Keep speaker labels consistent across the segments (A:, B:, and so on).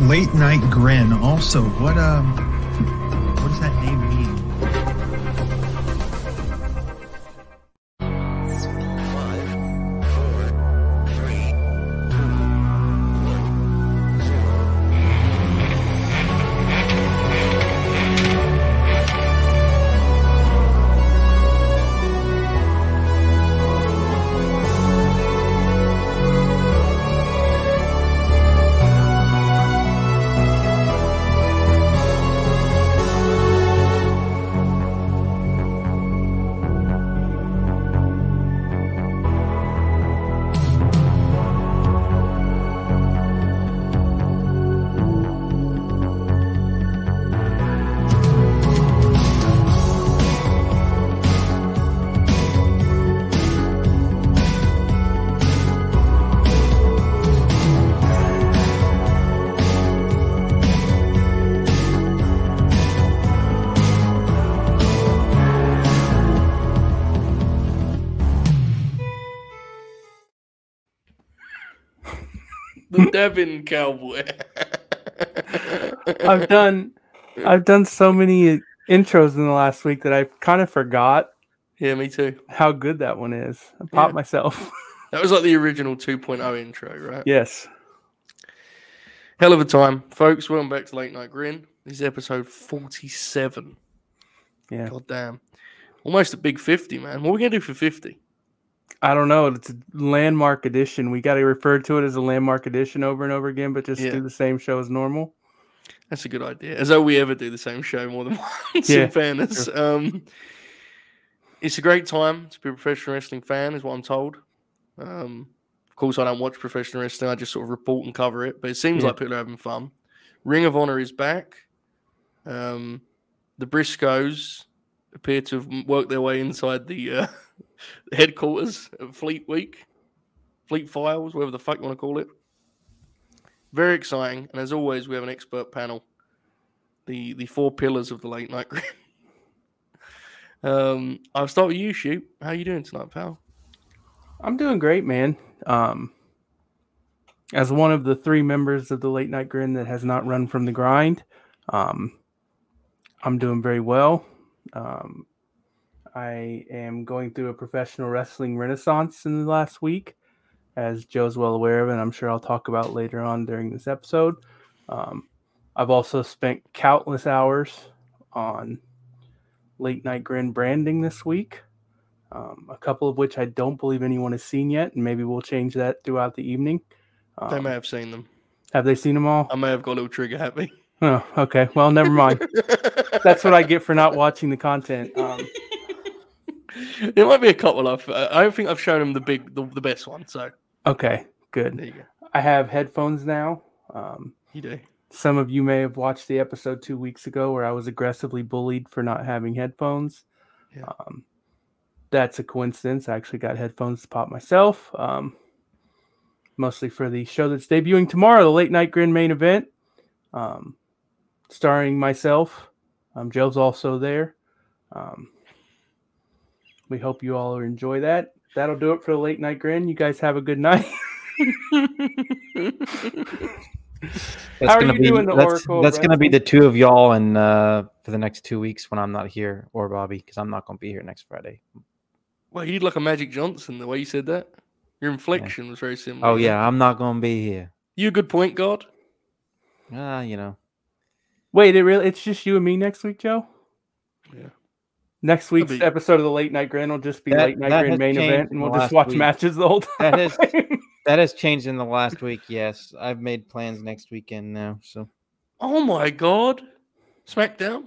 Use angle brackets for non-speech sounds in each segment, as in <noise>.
A: Late Night Grin. Also, what um, what does that name mean?
B: The Devon Cowboy.
C: I've done I've done so many intros in the last week that I kind of forgot
B: <laughs> yeah, me too.
C: how good that one is. I popped
B: Yeah.
C: myself. <laughs>
B: That was like the original 2.0 intro, right?
C: yes.
B: Hell of a time, folks. Welcome back to Late Night Grin. This is episode 47.
C: Yeah.
B: God damn. Almost a big 50, man. What are we going to do for 50?
C: I don't know. It's a landmark edition. We got to refer to it as a landmark edition over and over again, but just
B: Yeah.
C: do the same show as normal.
B: That's a good idea. As though we ever do the same show more than <laughs> once,
C: Yeah,
B: in fairness. Um, it's a great time to be a professional wrestling fan, is what I'm told. Um, of course, I don't watch professional wrestling. I just sort of report and cover it. But it seems
C: Yeah.
B: like people are having fun. Ring of Honor is back. Um, the Briscoes appear to have worked their way inside the uh, <laughs> headquarters of Fleet Week, Fleet Files, whatever the fuck you want to call it. Very exciting, and as always, we have an expert panel. The the four pillars of the late night grid. <laughs> um, I'll start with you, shoot. How you doing tonight, pal?
C: I'm doing great, man. Um as one of the three members of the late night grin that has not run from the grind, um I'm doing very well. Um I am going through a professional wrestling renaissance in the last week, as Joe's well aware of, and I'm sure I'll talk about later on during this episode. Um, I've also spent countless hours on late night grin branding this week um, a couple of which I don't believe anyone has seen yet, and maybe we'll change that throughout the evening.
B: they
C: Um,
B: may have seen them.
C: have they seen them all?
B: I may have got a little trigger <laughs> happy.
C: oh, okay. Well, never mind. That's what I get for not watching the content. Um,
B: There might be a couple of. I don't think I've shown him the big, the, the best one. So
C: okay, good.
B: there you go.
C: I have headphones now. Um,
B: You do.
C: some of you may have watched the episode two weeks ago where I was aggressively bullied for not having headphones.
B: Yeah.
C: Um, that's a coincidence. I actually got headphones to pop myself, um, mostly for the show that's debuting tomorrow, the late night grin main event, um, starring myself. Um, Joe's also there. Um, we hope you all enjoy that. That'll do it for the late night grin. You guys have a good night.
D: That's
C: How are
D: gonna
C: you
D: be,
C: doing the
D: that's,
C: Oracle of
D: That's gonna be
C: Wrestling?
D: the two of y'all, and uh, for the next two weeks when I'm not here or Bobby, because I'm not gonna be here next Friday.
B: Well, you did like a Magic Johnson the way you said that. Your inflection was very similar.
D: Oh yeah, I'm not gonna be here.
B: You a good point guard?
D: Ah, you know,
C: Wait, it really it's just you and me next week, Joe?
B: Yeah.
C: Next week's
B: be-
C: episode of the late night grin will just be
D: That-
C: late night
D: that
C: grin
D: has
C: main
D: changed
C: event and
D: in the
C: we'll just
D: last
C: watch
D: week.
C: matches the whole time. <laughs>
D: that <laughs> has that has changed in the last week. Yes, I've made plans next weekend now. So
B: Oh my god, SmackDown.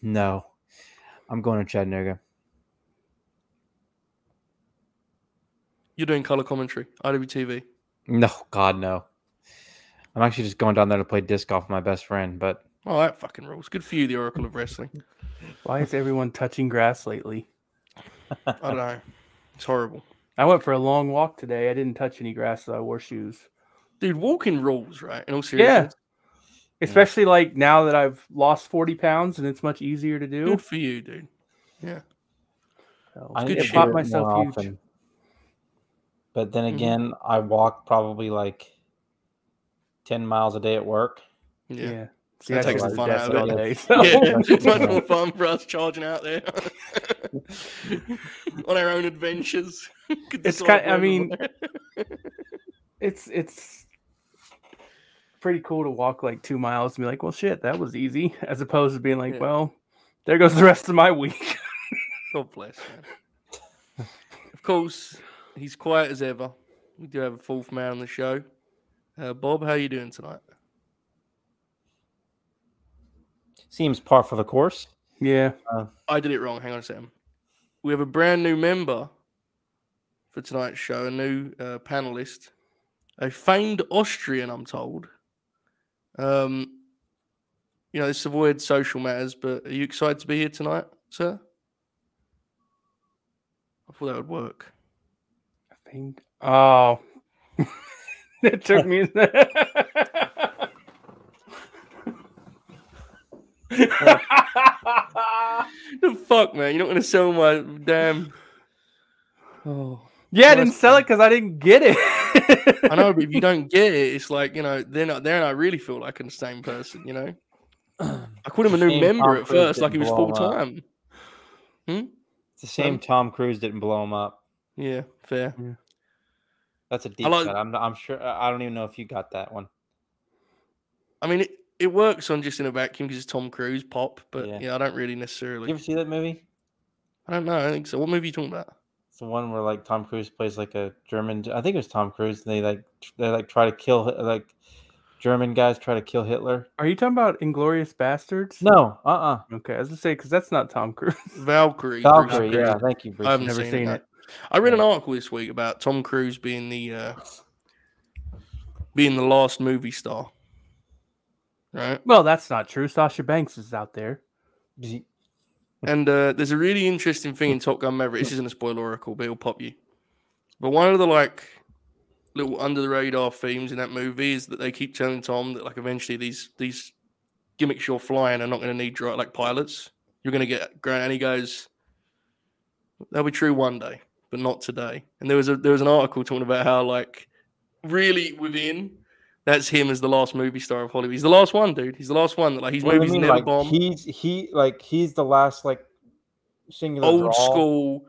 D: no, I'm going to Chattanooga.
B: You're doing color commentary, IWTV.
D: No, God, no. I'm actually just going down there to play disc golf with my best friend. But
B: Oh, that fucking rules. Good for you, the Oracle of
C: <laughs>
B: Wrestling.
C: Why is everyone touching grass lately?
B: I don't know. It's horrible.
C: I went for a long walk today. I didn't touch any grass, so I wore shoes.
B: dude, walking rules, right? In all
C: Yeah.
B: seriousness,
C: Especially like now that I've lost 40 pounds and it's much easier to do.
B: good for you, dude.
C: So,
D: I
B: good
D: need
C: it
D: to
B: shit.
C: popped
D: do it
C: myself
D: more
C: huge.
D: often. Mm-hmm. But then
B: Mhm.
D: again, I walk probably like ten miles a day at work.
C: Yeah.
B: Yeah,
C: See,
B: That
C: I
B: takes the
C: should do
B: fun out
C: that
B: of
C: for
B: it. <laughs>
C: all day,
B: yeah.
C: so- <laughs>
B: it's much more fun for us charging out there <laughs> on our own adventures. <laughs> Could
C: It's
B: decide
C: ki- I
B: where we
C: mean,
B: were.
C: it's it's pretty cool to walk like two miles and be like, well, shit, that was easy, <laughs> as opposed to being like,
B: Yeah.
C: well, there goes the rest of my week. <laughs>
B: God bless. man. of course, he's quiet as ever. We do have a fourth man on the show. Uh, Bob, how you doing tonight?
D: Seems par for the course.
C: yeah,
B: I did it wrong. Hang on a second. We have a brand new member for tonight's show, a new uh, panelist, a famed Austrian, I'm told. Um, you know, this avoids social matters, but are you excited to be here tonight, sir? I thought that would work.
C: I think. Oh, <laughs> it took me. <laughs>
B: the fuck, man? You're not going to sell my damn. Oh.
C: yeah, I
B: Well,
C: didn't
B: that's
C: sell it
B: fine.
C: because I didn't get <laughs> it.
B: I know, but if you don't get it, it's like you know, then I- then I really feel like I'm the same person. You <clears throat> know, I called him a new
D: Shame
B: member
D: Tom
B: at
D: Cruise
B: first, like he was
D: didn't
B: full
D: blow him up.
B: time.
D: It's a shame
B: Um,
D: Tom Cruise didn't blow him up.
B: Yeah, fair.
D: That's a deep
B: like-
D: cut. I'm, I'm sure. I don't even know if you got that one.
B: I mean, it, it works on just in a vacuum because it's Tom Cruise pop, but yeah,
D: Yeah.
B: I don't really
D: You
B: necessarily.
D: ever see that movie?
B: I don't know. I think so. What movie are you talking about?
D: It's the one where like Tom Cruise plays like a German. I think it was Tom Cruise. And they like tr- they like try to kill Hi- like German guys try to kill Hitler.
C: Are you talking about Inglorious Bastards?
D: No, uh, uh
C: Okay, I was gonna say because that's not Tom Cruise. <laughs>
B: Valkyrie. Bruce
D: Valkyrie.
B: Willis.
D: Yeah, thank you, Bruce.
B: I haven't
C: never
B: seen,
C: seen
B: it. no.
C: it.
B: I read
D: Yeah.
B: an article this week about Tom Cruise being the uh, being the last movie star. Right.
C: Well, that's not true. Sasha Banks is out there.
D: Ye-
B: And uh, there's a really interesting thing in Top Gun Maverick. This isn't a spoiler oracle, but it'll pop you. But one of the like little under the radar themes in that movie is that they keep telling Tom that like eventually these these gimmicks you're flying are not going to need dri like pilots. You're going to get ground. And he goes, "That'll be true one day, but not today." And there was a there was an article talking about how like really within. That's him as the last movie star of Hollywood. He's the last one, dude. He's the last one that like um, his
D: What do you
B: movies
D: mean,
B: never
D: like,
B: bomb
D: He's he like he's the last like singular
B: old
D: draw.
B: school.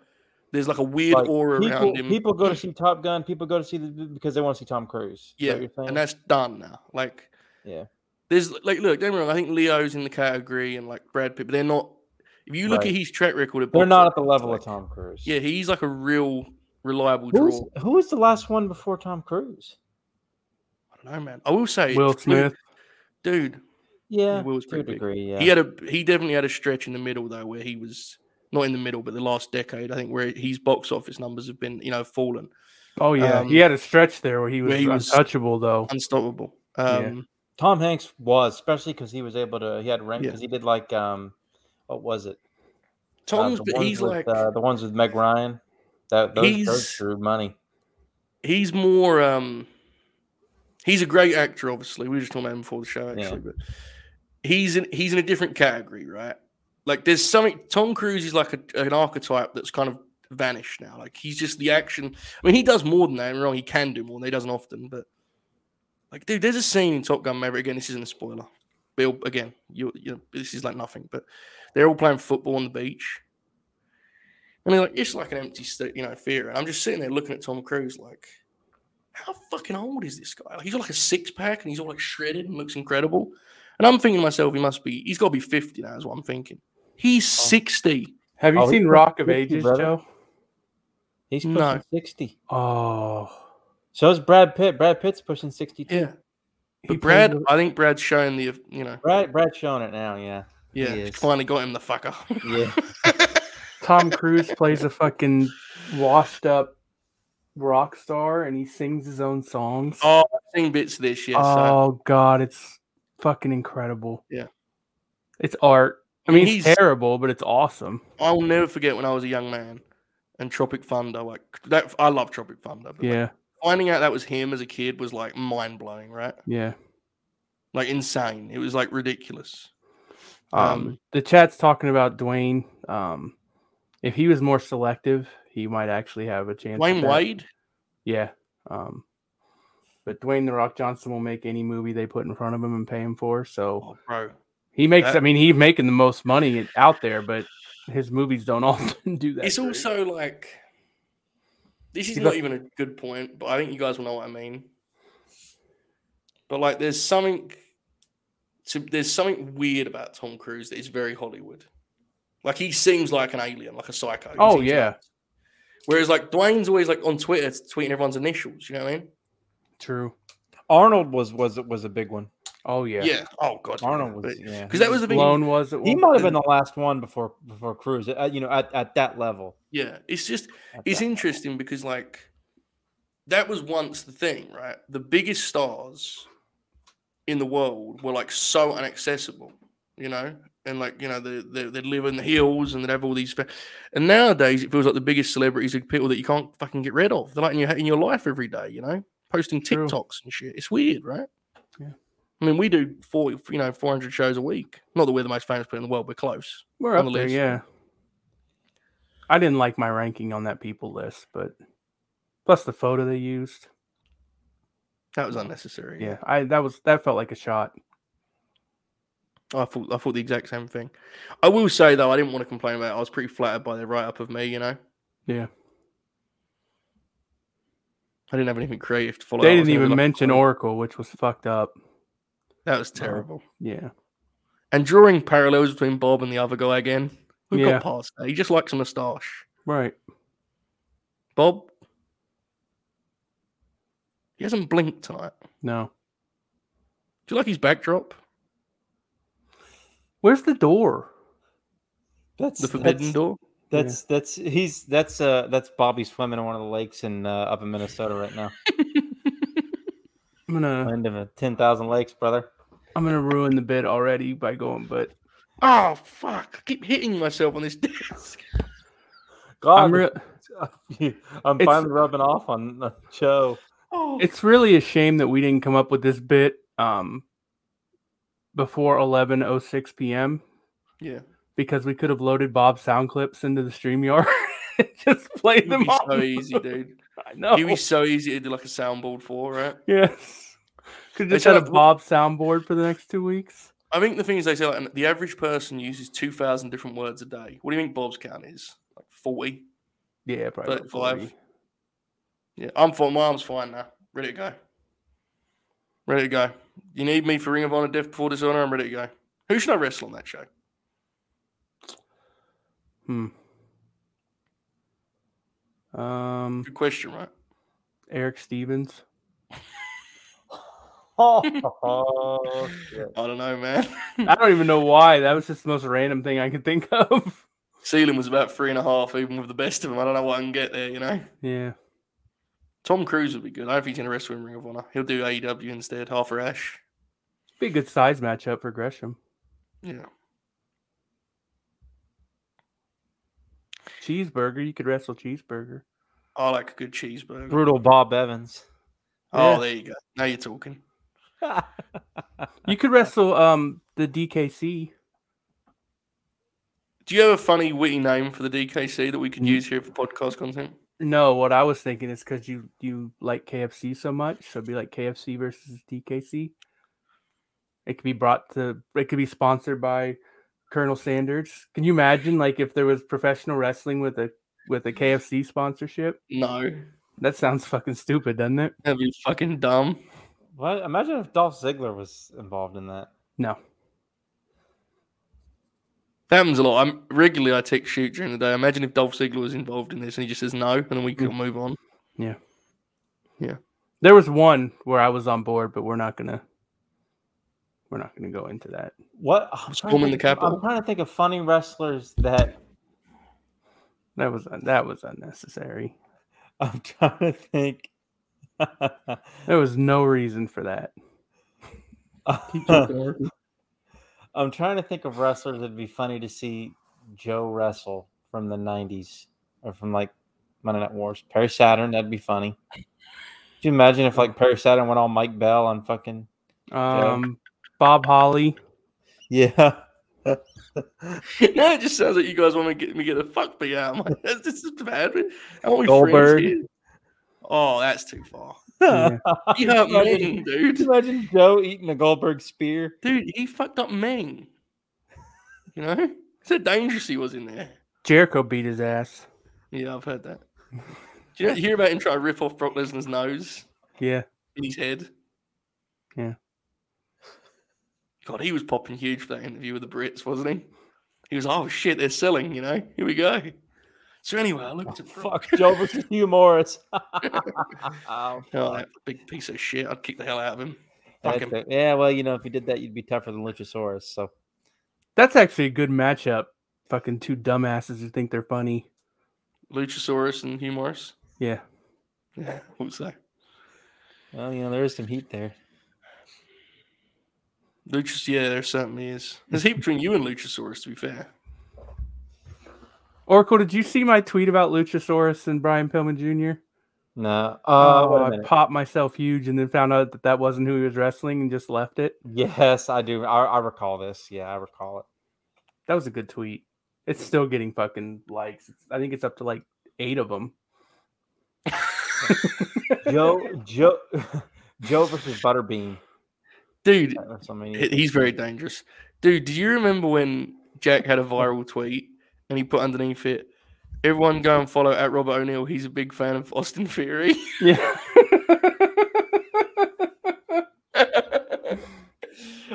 B: There's like a weird
D: Like,
B: aura
D: People,
B: around him.
D: people go to see Top Gun. People go to see the, because they want to see Tom Cruise. Is that
B: yeah,
D: what you're saying?
B: and that's done now. Like,
D: Yeah.
B: there's like, look, don't get me wrong. I think Leo's in the category, and like Brad Pitt, but they're not. If you look
D: Right.
B: at his track record, at
D: they're
B: box
D: not at the
B: office,
D: level
B: like-
D: of Tom Cruise.
B: Yeah, he's like a real reliable
D: Who
B: draw.
D: was, who was the last one before Tom Cruise?
B: I don't know, man. I will say,
C: Will
B: dude-
C: Smith.
B: dude,
D: Yeah,
B: Will was
D: to a
B: pretty big.
D: degree. Yeah,
B: he had a he definitely had a stretch in the middle though, where he was not in the middle, but the last decade, I think, where his box office numbers have been, you know, fallen.
C: Oh yeah,
B: Um,
C: he had a stretch there where he was
B: where he was-
C: untouchable though.
B: Unstoppable.
C: Yeah.
B: Um,
D: Tom Hanks was especially because he was able to. He had rank
B: Yeah.
D: because he did like um, what was it? Uh,
B: Tom's,
D: the
B: but
D: ones
B: he's
D: with,
B: like
D: uh, the ones with Meg Ryan. That those, those
B: He's-
D: drew money.
B: he's more um he's a great actor obviously we were just talking about him before the show actually
D: Yeah.
B: but he's in he's in a different category right like there's something tom cruise is like a, an archetype that's kind of vanished now like he's just the action i mean he does more than that I'm wrong he can do more than he doesn't often but like dude there's a scene in top gun maverick again this isn't a spoiler bill again you, you know, this is like nothing but they're all playing football on the beach and they're like it's like an empty sta- you know theater and i'm just sitting there looking at tom cruise like how fucking old is this guy? Like, he's got like a six pack and he's all like shredded and looks incredible. And I'm thinking to myself, he must be, he's got to be 50 now, is what I'm thinking. He's 60.
C: Have you
D: Oh, he
C: seen
D: was
C: Rock of
D: 50,
C: Ages,
D: brother.
C: Joe?
D: He's pushing
B: No.
D: sixty.
C: Oh,
D: So is Brad Pitt. Brad Pitt's pushing sixty two.
B: Yeah. But
C: He played
B: Brad,
C: with-
B: I think Brad's showing the, you know,
D: Brad Brad's showing it now. Yeah.
B: yeah,
D: he is.
B: finally got him the fucker. <laughs>
D: Yeah.
C: Tom Cruise plays a fucking washed up rock star, and he sings his own songs.
B: oh, I've seen bits of this, yes. so
C: Oh, god, it's fucking incredible.
B: Yeah.
C: it's art. I
B: mean,
C: mean, it's
B: he's-
C: terrible, but it's awesome.
B: I'll never forget when I was a young man and Tropic Thunder, like, that, I love Tropic Thunder. But like,
C: Yeah,
B: finding out that was him as a kid was like mind blowing, right?
C: Yeah.
B: Like insane. It was like ridiculous.
C: Um,
B: Um,
C: the chat's talking about Dwayne. Um, if he was more selective, he might actually have a chance. at
B: Wayne
C: that.
B: Wade.
C: Yeah. Um, but Dwayne the Rock Johnson will make any movie they put in front of him and pay him for. So
B: Oh, bro.
C: he makes. I
B: That-
C: mean, he's making the most money out there, but his movies don't <laughs> often do that.
B: it's
C: great.
B: also like this is
C: He's
B: not
C: got-
B: even a good point, but I think you guys will know what I mean. But like, there's something to, there's something weird about Tom Cruise that is very Hollywood. Like he seems like an alien, like a psycho. He
C: Oh,
B: seems
C: yeah.
B: nuts. Whereas like Dwayne's always like on Twitter tweeting everyone's initials. You know what I mean?
C: true.
D: <laughs> Arnold was was was a big one.
C: Oh yeah.
B: Oh god.
D: Arnold was yeah.
B: because that was the thing.
C: Lone was at
D: He
C: one-
D: might have been the last one before before Cruz. Uh, you know, at, at that level.
B: Yeah, it's just
D: At
B: it's
D: that-
B: interesting because like that was once the thing, right? The biggest stars in the world were like so inaccessible, you know, and like you know they they, they live in the hills and they have all these. Fa- and nowadays, it feels like the biggest celebrities are people that you can't fucking get rid of. They're like in your in your life every day, you know, posting
C: True.
B: TikToks and shit. It's weird, right?
C: Yeah.
B: I mean, we do four, you know, four hundred shows a week. Not that we're the most famous people in the world, but close.
C: We're
B: on
C: up
B: the
C: there.
B: list.
C: Yeah. I didn't like my ranking on that people list, but plus the photo they used.
B: That was unnecessary.
C: Yeah, I that was that felt like a shot.
B: I thought I thought the exact same thing. I will say though, I didn't want to complain about. it. I was pretty flattered by their write up of me. You know,
C: Yeah.
B: I didn't have anything creative to follow.
C: They
B: I was
C: didn't
B: gonna be
C: even
B: like,
C: mention
B: "Oh,
C: Oracle, which was fucked up.
B: That was terrible.
C: Yeah.
B: And drawing parallels between Bob and the other guy again. We
C: Yeah.
B: got past that. He just likes a moustache.
C: Right.
B: Bob, he hasn't blinked tonight.
C: No.
B: Do you like his backdrop?
C: Where's the door?
D: That's
B: The forbidden
D: that's,
B: door.
D: That's that's he's that's uh that's Bobby swimming in one of the lakes in uh, up in Minnesota right now.
C: I'm gonna
D: Land of ten thousand lakes, brother.
C: I'm gonna ruin the bit already by going, but
B: Oh fuck! I keep hitting myself on this <laughs> desk.
D: God,
C: I'm real
D: <laughs> I'm
C: It's-
D: finally rubbing off on uh, Joe.
B: Oh,
C: it's really a shame that we didn't come up with this bit um before eleven oh six PM
B: yeah.
C: because we could have loaded Bob's sound clips into the stream yard <laughs> and just played
B: It would
C: them Oh.
B: be
C: off.
B: so easy, dude.
C: <laughs> I know.
B: He'd be so easy to do like a soundboard for, right?
C: yes. Could
B: They
C: just had a
B: said-
C: Bob soundboard for the next two weeks.
B: I think the thing is, they say like, an- the average person uses 2,000 different words a day. What do you think Bob's count is? Like 40?
C: Yeah, probably. about
B: 35.
C: 40.
B: Yeah, I'm fine. My arm's fine now. Ready to go. Ready to go. You need me for Ring of Honor, Death Before Dishonor? I'm ready to go. Who should I wrestle on that show?
C: Hmm. Um
B: Good question, right?
C: Eric Stevens.
D: Oh, shit.
B: I don't know, man.
C: <laughs> I don't even know why. That was just the most random thing I could think of. <laughs>
B: Ceiling was about three and a half, even with the best of them. I don't know what I can get there, you know?
C: yeah.
B: Tom Cruise would be good. I don't think he's going to wrestle in Ring of Honor. He'll do AEW instead, half a Ash.
C: Be a good size matchup for Gresham.
B: Yeah.
C: Cheeseburger, you could wrestle Cheeseburger.
B: I like a good cheeseburger.
D: brutal Bob Evans.
B: Oh,
C: Yeah.
B: there you go. Now you're talking.
C: You could wrestle um the DKC.
B: Do you have a funny, witty name for the DKC that we could
C: Mm.
B: use here for podcast content?
C: No, what I was thinking is because you you like KFC so much, so it'd be like KFC versus DKC. It could be brought to. It could be sponsored by Colonel Sanders. Can you imagine like if there was professional wrestling with a with a KFC sponsorship?
B: No,
C: That sounds fucking stupid, doesn't it?
B: that'd be fucking dumb.
D: <laughs> What? Imagine if Dolph Ziggler was involved in that.
C: No.
B: That happens a lot. I'm regularly I text shoot during the day. Imagine if Dolph Ziggler was involved in this and he just says no, and then we can move on. <laughs>
C: There was one where I was on board, but we're not gonna we're not gonna go into that.
D: What? I'm
B: Just
D: trying to
B: boom in
D: think
B: the
D: of- I'm
B: Capitol.
D: trying to think of funny wrestlers that <laughs>
C: That was uh, that was unnecessary.
D: I'm trying to think.
C: There was no reason for that.
D: <laughs> I'm trying to think of wrestlers that'd be funny to see Joe wrestle from the '90s or from like Monday Night Wars. Perry Saturn, that'd be funny. you imagine if like Perry Saturn went on Mike Bell on fucking <laughs>
C: Um, Bob Holly.
D: yeah?
B: now it just sounds like you guys want to get me get the fuck beat out. of my- <laughs> That's- this is bad. I want my
D: Goldberg.
B: friends here. Oh, that's too far.
D: <laughs>
C: Yeah.
B: He hurt
D: Imagine
B: Ming,
D: <laughs>
B: dude.
D: imagine Joe eating a Goldberg spear. <laughs>
B: Dude, he fucked up Ming. You know, it's how dangerous he was in there.
C: Jericho beat his ass.
B: Yeah, I've heard
D: <laughs>
B: that. Do you, know, you hear about him trying to rip off Brock Lesnar's nose
C: Yeah.
B: in his head?
C: Yeah.
B: God, he was popping huge for that interview with the Brits, wasn't he? He was, oh shit, they're selling, you know, here we go. So anyway, I looked at Brock.
D: Oh, Fuck
B: <laughs>
D: Joe versus Hugh Morris. <laughs> Oh,
B: Oh, that big piece of shit. I'd kick the hell out of him. Fuck
D: that's
B: him.
D: it. Yeah, well, you know, if you did that, you'd be tougher than Luchasaurus. So
C: That's actually a good matchup. Fucking two dumbasses who think they're funny.
B: Luchasaurus and Humorous.
C: Yeah.
B: Yeah, also.
D: well, you know, there is some heat there.
B: Luchas, yeah, there certainly is. There's heat between you and Luchasaurus, to be fair.
C: Oracle, did you see my tweet about Luchasaurus and Brian Pillman Jr.?
D: No.
C: Oh,
D: Oh, wait a
C: I
D: minute.
C: popped myself huge and then found out that that wasn't who he was wrestling and just left it.
D: Yes, I do. I, I recall this. Yeah, I recall it.
C: That was a good tweet. It's still getting fucking likes. It's, I think it's up to like eight of them.
D: Joe, Joe, <laughs> Joe versus Butterbean.
B: Dude,
D: at WrestleMania.
B: he- he's very dangerous. Dude, do you remember when Jack had a viral tweet and he put underneath it, everyone go and follow at Robert O'Neill. He's a big fan of Austin Theory. <laughs>
D: <laughs>
C: Yeah. <laughs>
B: I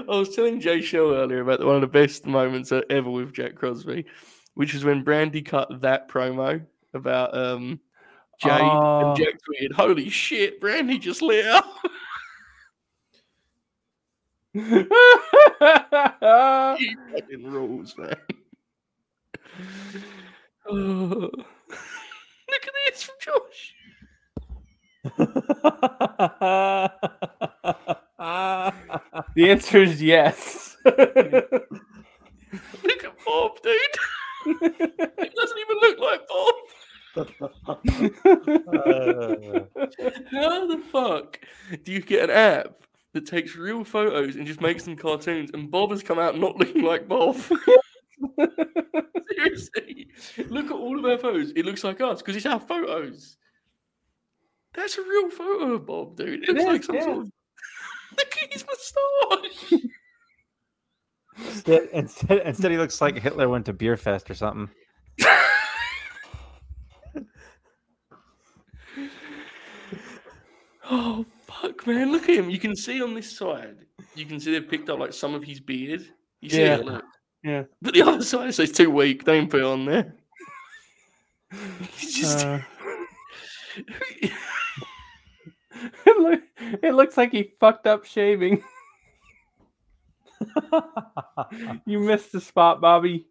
B: was telling Jay Show earlier about one of the best moments e-, ever with Jack Crosby, which is when Brandy cut that promo about um Jay
C: Oh.
B: and Jack tweeted, "Holy shit, Brandy just lit up." He fucking rules, man. <sighs> Look at this from Josh.
C: <laughs> the answer is <laughs> yes.
B: Look at Bob, dude. <laughs> it doesn't even look like Bob.
D: Uh,
B: How the fuck do you get an app that takes real photos and just makes them cartoons? And Bob has come out not <laughs> looking like
C: <laughs>
B: Bob. Seriously, look at all of our photos. It looks like us because it's our photos. That's a real photo of Bob, dude. It looks
C: is,
B: like some
C: yeah.
B: sort of. <laughs> Look at his moustache.
D: <laughs> instead, instead, instead, he looks like Hitler went to beer fest or something.
B: Oh fuck, man! Look at him. You can see on this side. You can see they've picked up like some of his beard. You see
C: Yeah.
B: it, look.
C: Yeah.
B: But the other side says too weak. Don't even put it on there. <laughs> It's just
C: Uh, <laughs> it, look, it looks like he fucked up <laughs> shaving. you missed the spot, Bobby.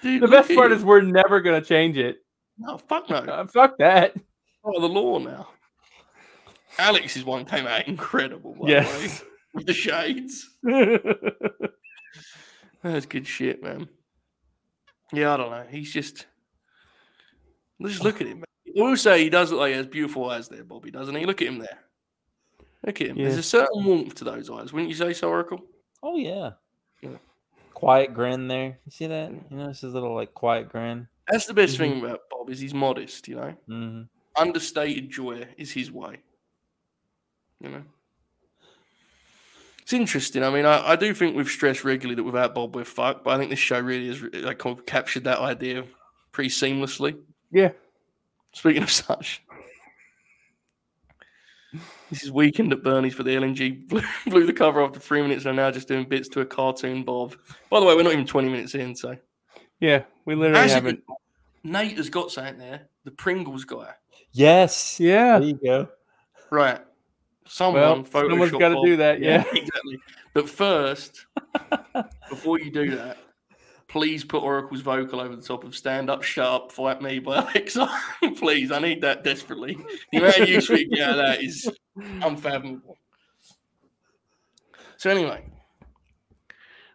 B: dude,
C: The
B: look
C: best
B: at
C: part
B: him.
C: is we're never gonna change it.
B: no fuck no.
C: Uh, fuck that.
B: Part of the law now. Alex's one came out incredible. By the way,
C: Yes.
B: with the shades. That's good shit, man. Yeah, I don't know. He's just just look at him. I will say he does look like he has beautiful eyes there, Bobby, doesn't he? Look at him there. Look at him. There's
C: Yeah.
B: a certain warmth to those eyes, wouldn't you say so, Oracle?
D: Oh yeah.
B: Yeah.
D: Quiet grin there. You see that? You know, it's his little like quiet grin.
B: That's the best thing about Bob is he's modest, you know.
D: Mhm.
B: Understated joy is his way. You know. It's interesting. I mean, I, I do think we've stressed regularly that without Bob we're fucked, but I think this show really has like kind of captured that idea pretty seamlessly.
C: Yeah.
B: Speaking of such, this is weekend at Bernie's, but the LNG blew, <laughs> blew the cover after three minutes and are now just doing bits to a cartoon Bob. By the way, we're not even 20 minutes in, so.
C: <laughs> yeah, we literally
B: Actually,
C: haven't.
B: Nate has got something there. The Pringles guy.
D: Yes.
C: Yeah.
D: There you go.
B: Right. Someone
C: Well,
B: photo.
C: someone's got to do that. Yeah.
B: <laughs> exactly. But first, before you do that, please put Oracle's vocal over the top of Stand Up, Shut Up, Fight Me by <laughs> Alexa. please, I need that desperately. The amount of use we get out of that is unfathomable. So, anyway,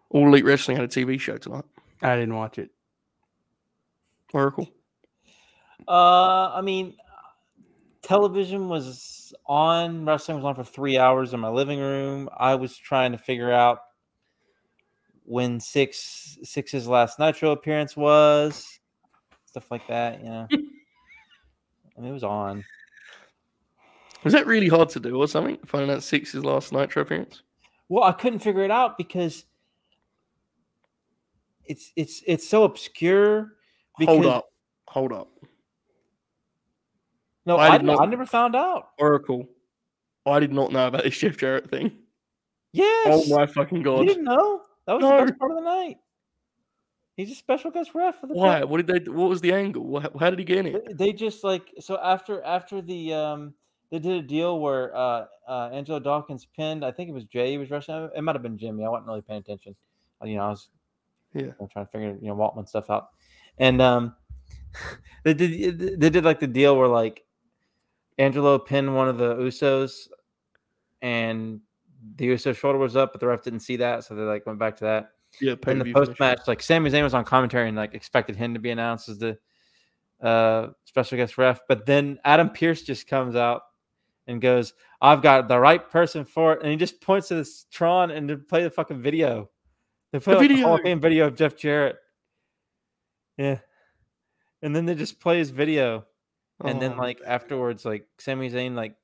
B: All Elite Wrestling had a TV show tonight.
C: <laughs> I didn't watch it.
B: Oracle.
D: Uh, I mean, television was on, wrestling was on for three hours in my living room. I was trying to figure out when six six's last Nitro appearance was, stuff like that.
B: <laughs>
D: You know, I mean, it was on.
B: Was that really hard to do or something? Finding out Six's last Nitro appearance?
D: Well, I couldn't figure it out because it's it's it's so obscure. Because,
B: Hold up. Hold up.
D: No,
B: I
D: I,
B: did
D: I,
B: not-
D: never found out.
B: Oracle. I did not know about this Jeff Jarrett thing.
D: Yes.
B: Oh my fucking
D: You
B: god.
D: didn't know? That was
B: No.
D: the best part of the night. He's a special guest ref for the
B: Why? What did they do? what was the angle? Wha- How did he get in it?
D: They- They just like so after after the um they did a deal where uh uh Angelo Dawkins pinned I think it was Jay he was wrestling it might have been Jimmy I wasn't really paying attention Uh, you know I was
B: Yeah.
D: I'm trying to figure you know Waltman stuff out and um <laughs> they did they did like the deal where like Angelo pinned one of the Usos and the Uso shoulder was up but the ref didn't see that so they like went back to that
B: Yeah,
D: in the
B: pay-per-view
D: post
B: finish.
D: match, like Sami Zayn was on commentary and like expected him to be announced as the uh, special guest ref, but then Adam Pierce just comes out and goes, "I've got the right person for it," and he just points to this Tron and to play the fucking video. They play
B: The
D: like, the Hall of
B: video.
D: Fame video of Jeff Jarrett. Yeah, and then they just play his video, and
B: Oh.
D: then like afterwards, like Sami Zayn like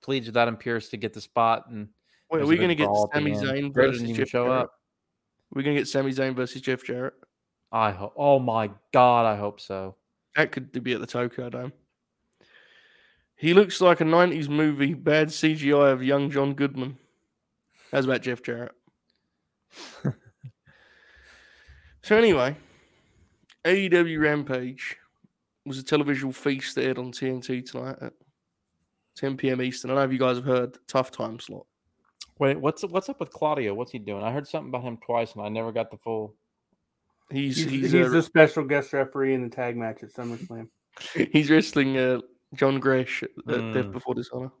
D: pleads with Adam Pierce to get the spot, and
B: Wait, are
D: there's a
B: we
D: big
B: gonna get
D: brawl at the
B: Sami
D: end.
B: Zayn
D: Bro
B: versus
D: didn't even
B: Jeff
D: show
B: Jarrett?
D: up.
B: We're gonna get Sami Zayn versus Jeff Jarrett.
D: I ho- oh my god, I hope so.
B: That could be at the Tokyo Dome. He looks like a 90s movie, bad CGI of young John Goodman. That's about Jeff
C: <laughs>
B: Jarrett. so, anyway, AEW Rampage was a television feast that aired on TNT tonight at 10 p.m. Eastern. I don't know if you guys have heard the tough time slot.
D: Wait, what's what's up with Claudio? What's he doing? I heard something about him twice, and I never got the full.
B: He's
C: He's,
B: he's
C: he's,
B: uh,
C: the special guest referee in the tag match at SummerSlam.
B: <laughs> he's wrestling uh, John Gresh at, at Death
D: Mm.
B: Before Dishonor.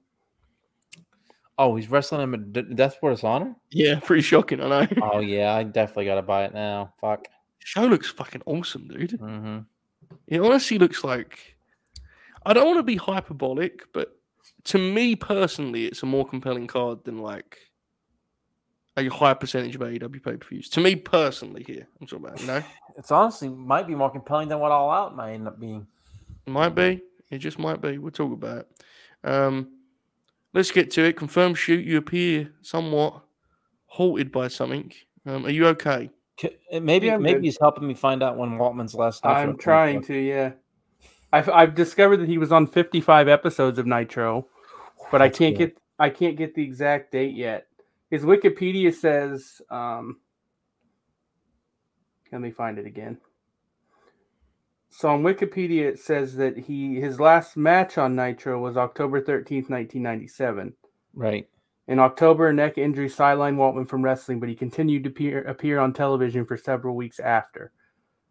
D: Oh, he's wrestling him at D- Death Before Dishonor.
B: Yeah, <laughs> pretty shocking, I know.
C: Uh,
D: oh yeah, I definitely gotta buy it now. Fuck.
B: Show looks fucking awesome, dude.
D: Mm-hmm.
B: It honestly looks like I don't want to be hyperbolic, but to me personally, it's a more compelling card than like a high percentage of AEW pay per views. To me personally, here I'm talking about. You know,
D: It's honestly might be more compelling than what All Out might end up being.
B: might be. It just might be. We'll talk about it. Um, let's get to it. Confirm shoot. You appear somewhat halted by something. Um, are you okay?
D: C- uh, Maybe
C: Yeah, I'm
D: maybe
C: good.
D: he's helping me find out when Waltman's last. Nitro
C: I'm
D: appearance
C: trying
D: was.
C: to, yeah. I've, I've discovered that he was on 55 episodes of Nitro, but I
D: That's
C: can't
D: good.
C: get I can't get the exact date yet. His Wikipedia says, um, let me find it again. So on Wikipedia it says that he his last match on Nitro was October 13th, 1997.
D: Right.
C: In October, a neck injury sidelined Waltman from wrestling, but he continued to appear, appear on television for several weeks after.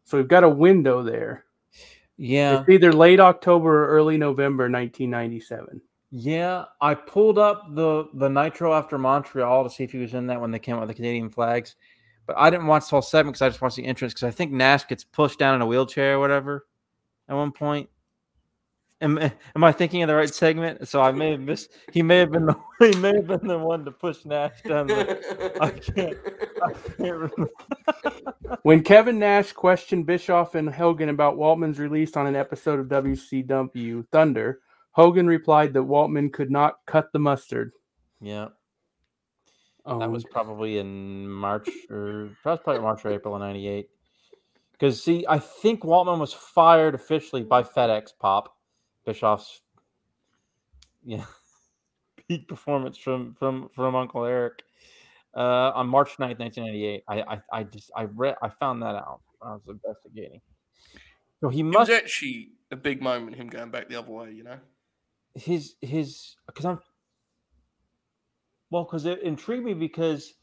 C: So we've got a window there.
D: Yeah.
C: It's either late October or early November 1997.
D: Yeah, I pulled up the the Nitro after Montreal to see if he was in that when they came out with the Canadian flags, but I didn't watch the whole segment because I just watched the entrance because I think Nash gets pushed down in a wheelchair or whatever at one point. Am, eh, am I thinking of the right segment? So I may have missed. He may have been the <laughs> he may have been the one to push Nash down. The, I can't. I can't remember.
C: When Kevin Nash questioned Bischoff and Hogan about Waltman's release on an episode of WCW Thunder, Hogan replied that Waltman could not cut the mustard.
D: Yeah,
C: Oh,
D: That was probably in March or that was probably March or April of '98. Because see, I think Waltman was fired officially by FedEx Pop, Bischoff's yeah <laughs> peak performance from from from Uncle Eric uh, on March 9th, 1998. I I, I just I read I found that out. when I was investigating. So he
B: It was
D: must
B: actually a big moment. Him going back the other way. You know.
D: his his because I'm well because it intrigued me because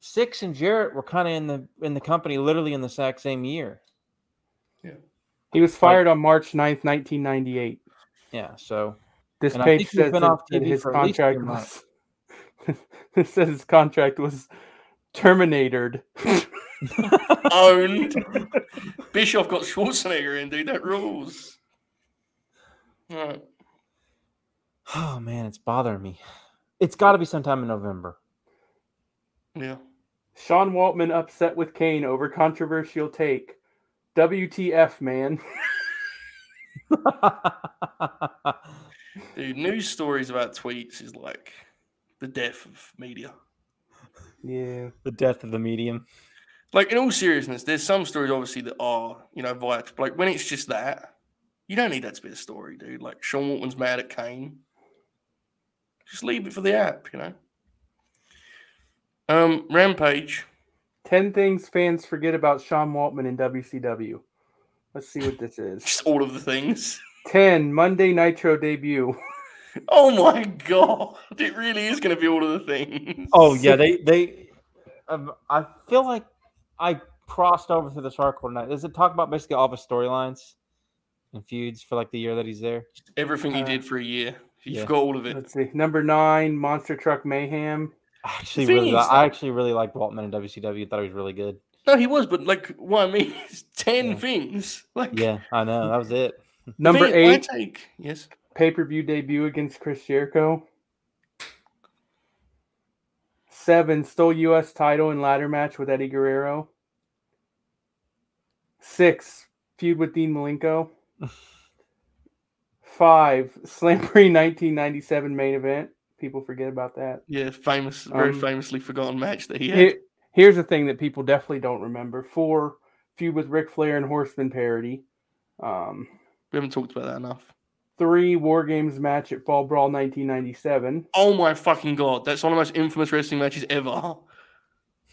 D: Six and Jarrett were kind of in the in the company literally in the exact same year.
C: he was fired on March 9th, 1998.
D: Yeah, so
C: This
D: And I
C: page
D: think he's
C: says
D: been
C: that,
D: off
C: that
D: TV
C: his
D: for at least
C: contract
D: three
C: was. <laughs> it says his contract was terminated. <laughs>
B: owned. Bischoff got Schwarzenegger in, dude. That rules. All right.
D: Oh man, it's bothering me. It's got to be sometime in November. <laughs>
B: Yeah.
C: Sean Waltman upset with Kane over controversial take. WTF, man.
B: Dude, news stories about tweets is like the death of media.
C: Yeah.
D: the death of the medium.
B: Like in all seriousness, there's some stories obviously that are, you know, via like when it's just that, you don't need that to be a story, dude. Like Sean Waltman's mad at Kane. Just leave it for the app, you know. Um, Rampage. <laughs>
C: 10 things fans forget about Sean Waltman in WCW. Let's see what this is.
B: Just all of the things.
C: 10 Monday Nitro debut.
B: Oh my god. It really is gonna be all of the things.
D: Oh yeah, they they. Um, I feel like I crossed over to the charcoal tonight. Does it talk about basically all the storylines and feuds for like the year that he's there?
B: Everything he
C: uh,
B: did for a year. You've
D: yeah.
B: got all of it.
C: Let's see. Number 9 Monster Truck Mayhem.
D: I actually
B: thing
D: really,
B: is,
D: li- I
B: though-
D: actually really liked Waltman in WCW. Thought he was
C: <laughs>
D: really good.
B: No, he was, but like what I mean is ten
D: Yeah.
B: things. Like
D: Yeah, I know that was it.
B: the
C: Number
B: thing- my
C: 8
B: take. Yes.
C: pay-per-view debut against Chris Jericho. Seven stole U.S. title in ladder match with Eddie Guerrero. Six feud with Dean Malenko. Five Slamboree 1997 main event. People forget about that.
B: Yeah, famous, very
C: Um,
B: famously forgotten match that he had.
C: Here- here's the thing that people definitely don't remember: four feud with Ric Flair and Horseman parody. Um,
B: we haven't talked about that enough.
C: three War Games match at Fall Brawl 1997.
B: Oh my fucking god, that's one of the most infamous wrestling matches ever.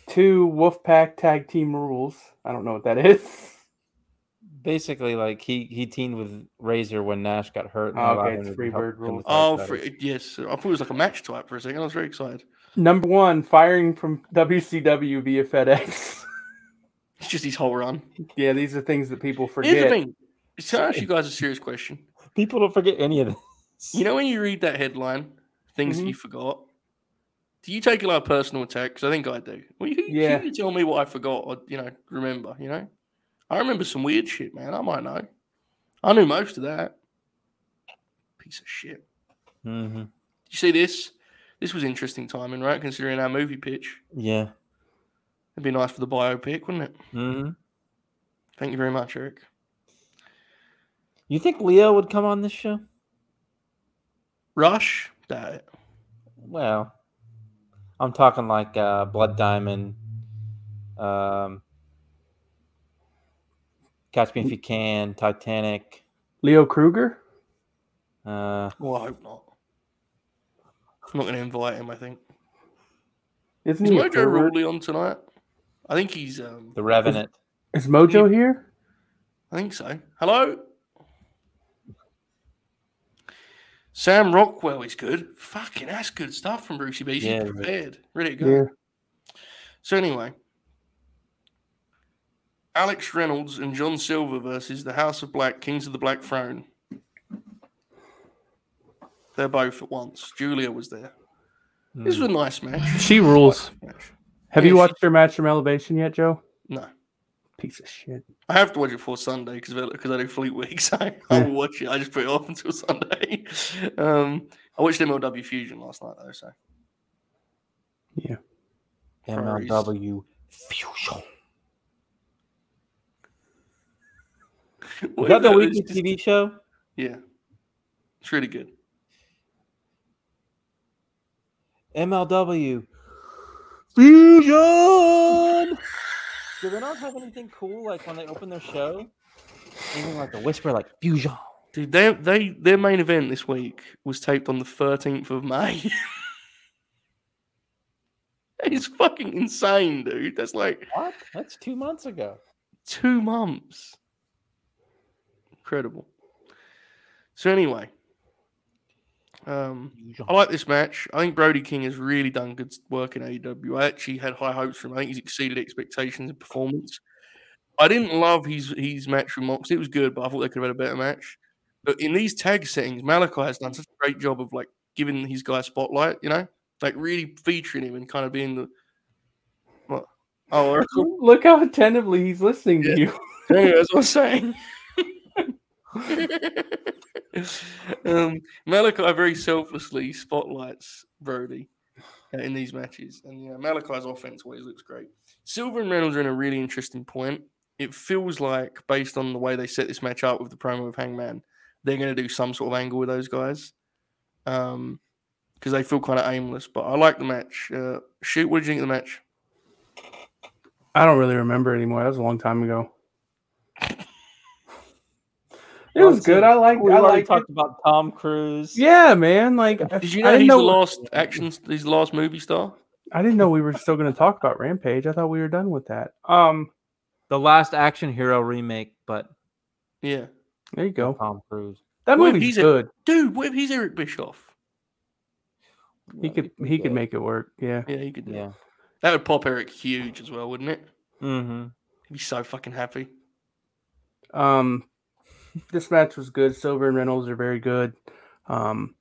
C: two Wolfpack tag team rules. I don't know what that is. <laughs>
D: Basically, like he he teamed with Razor when Nash got hurt. and
C: Oh,
D: allowed
C: okay,
D: him
C: it's
D: to
C: free
D: help
C: bird
D: him
C: rules.
D: with that
B: Oh,
D: title.
B: for, yes, I thought it was like a match type for a second. I was very excited.
C: Number one, firing from WCW via FedEx. <laughs>
B: It's just his whole run.
C: yeah, these are things that people
B: Here's the
C: forget.
B: thing. Can I ask you guys a serious question?
D: people don't forget any of this.
B: You know, when you read that headline, things
C: Mhm.
B: that you forgot, do you take it like a personal attack? Because I think I do. Well, you, you-
C: Yeah.
B: you tell me what I forgot or, you know, remember, you know? I remember some weird shit, man. I might know. I knew most of that. Piece of shit.
D: hmm
B: You see this? This was interesting timing, right? Considering our movie pitch.
D: Yeah.
B: It'd be nice for the biopic, wouldn't it?
D: hmm
B: Thank you very much, Eric.
D: You think Leo would come on this show?
B: Rush? Doubt it.
D: Well, I'm talking like uh, Blood Diamond, um, Catch Me If You Can, Titanic.
C: Leo Kruger?
D: Uh,
B: Well, I hope not. I'm not going to invite him, I think.
C: Isn't
B: Is
C: he a
B: Mojo
C: pervert?
B: Rawley on tonight? I think he's. um
D: the Revenant.
C: Is Mojo here?
B: I think so. Hello? Sam Rockwell is good. Fucking that's good stuff from Brucey B. He's
D: Yeah, but-
B: prepared. Ready to go.
C: Yeah.
B: So anyway, Alex Reynolds and John Silver versus the House of Black, Kings of the Black Throne. They're both at once. Julia was there. This was a nice match.
C: She rules.
B: match.
C: Have
B: Yeah,
C: you
B: she-
C: watched her match from Elevation yet, Joe?
B: No,
C: Piece of shit.
B: I have to watch it for Sunday because because I do Fleet Week, <laughs> so I will watch it. I just put it off <laughs> until Sunday. Um, I watched MLW Fusion last night though, so
D: Mm, MLW Fusion. Is that the
B: It's
D: weekly
B: just-
D: TV show?
B: Yeah, it's really good.
D: MLW Fusion. Do they not have anything cool like when they open their show? Anything like a whisper, like Fusion.
B: Dude, they, they their main event this week was taped on the 13th of May. <laughs> it's fucking insane, dude. That's like
D: What? That's two months ago.
B: two months. Incredible. So anyway, um,
D: Fusion.
B: I like this match. I think Brody King has really done good work in AEW. I actually had high hopes for him. I think he's exceeded expectations and performance. I didn't love his his match with Mox. It was good, but I thought they could have had a better match. But in these tag settings, Malachi has done such a great job of like giving his guy a spotlight. You know, like really featuring him and kind of being the what? Oh, Oracle?
C: Look how attentively he's listening to you.
B: yeah, that's what I'm saying. <laughs> um, Malachi very selflessly spotlights Brody uh, in these matches, and yeah, Malachi's offense always looks great. Silver and Reynolds are in a really interesting point. It feels like, based on the way they set this match up with the promo of Hangman, they're going to do some sort of angle with those guys, um, because they feel kind of aimless. But I like the match. Uh, shoot, what did you think of the match?
C: I don't really remember anymore. That was a long time ago. It was good. I like.
D: We
C: I
D: already
C: like.
D: talked about Tom Cruise.
C: Yeah, man. Like, I,
B: Did you
C: I
B: know
C: didn't
B: he's
C: know
B: the last action? He's the last movie star.
C: I didn't know we were still going to talk about Rampage. I thought we were done with that. Um,
D: The last action hero remake, but
B: Yeah,
C: there you go.
D: Tom Cruise.
C: That
B: Well,
C: movie's
B: he's a-
C: good.
B: dude. What if he's Eric Bischoff?
C: He
D: Yeah,
C: could
D: can
C: he
D: do
C: could
D: it.
C: make it work. Yeah.
B: Yeah, he could do. Yeah.
D: Yeah.
B: That would pop Eric huge as well, wouldn't it?
D: Mm-hmm.
B: He'd be so fucking happy.
C: Um, this match was good. Silver and Reynolds are very good. Um,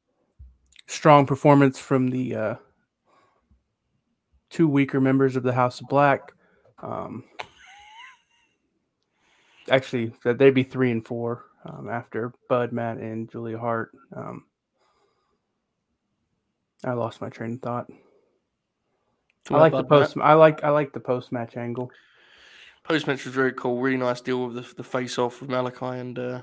C: strong performance from the uh, two weaker members of the House of Black. Um, actually, that they'd be three and four um, after Bud, Matt, and Julia Hart. Um, I lost my train of thought. I like the post. I like I like the post match angle.
B: Post match was very cool. Really nice deal with the, the face off with Malachi and uh,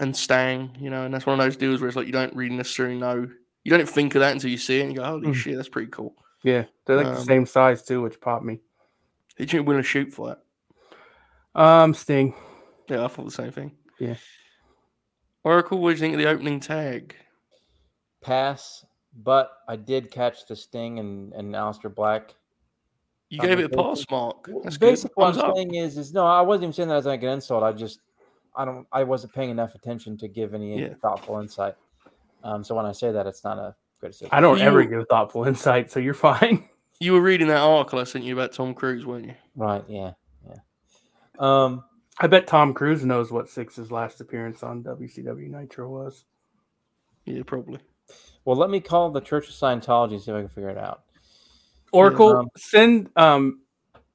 B: and Stang. You know, and that's one of those deals where it's like you don't really necessarily know. You don't think of that until you see it and you go, "Holy
C: Mhm.
B: shit, that's pretty cool."
C: Yeah, they're like the
B: Um,
C: same size too, which popped me.
B: Did you win a shoot for that?
C: Um, Sting.
B: Yeah, I thought the same thing.
C: Yeah.
B: Oracle, what do you think of the opening tag?
D: Pass, but I did catch the sting and and Alistair Black.
B: You
D: Not
B: gave
D: my
B: it a pass
D: favorite.
B: mark. That's good.
D: Basically, what
B: Thumbs
D: I'm
B: up.
D: saying is, is no, I wasn't even saying that as like an insult. I just, I don't, I wasn't paying enough attention to give any
B: Yeah.
D: thoughtful insight. Um, so when I say that, it's not a criticism.
C: I don't ever
B: You-
C: give thoughtful <laughs> insight, so you're fine. <laughs>
B: You were reading that article I sent you about Tom Cruise, weren't you?
D: Right? Yeah, yeah. Um,
C: I bet Tom Cruise knows what Six's last appearance on WCW Nitro was.
B: Yeah, probably.
D: well, let me call the Church of Scientology and see if I can figure it out.
C: Oracle,
D: um,
C: send um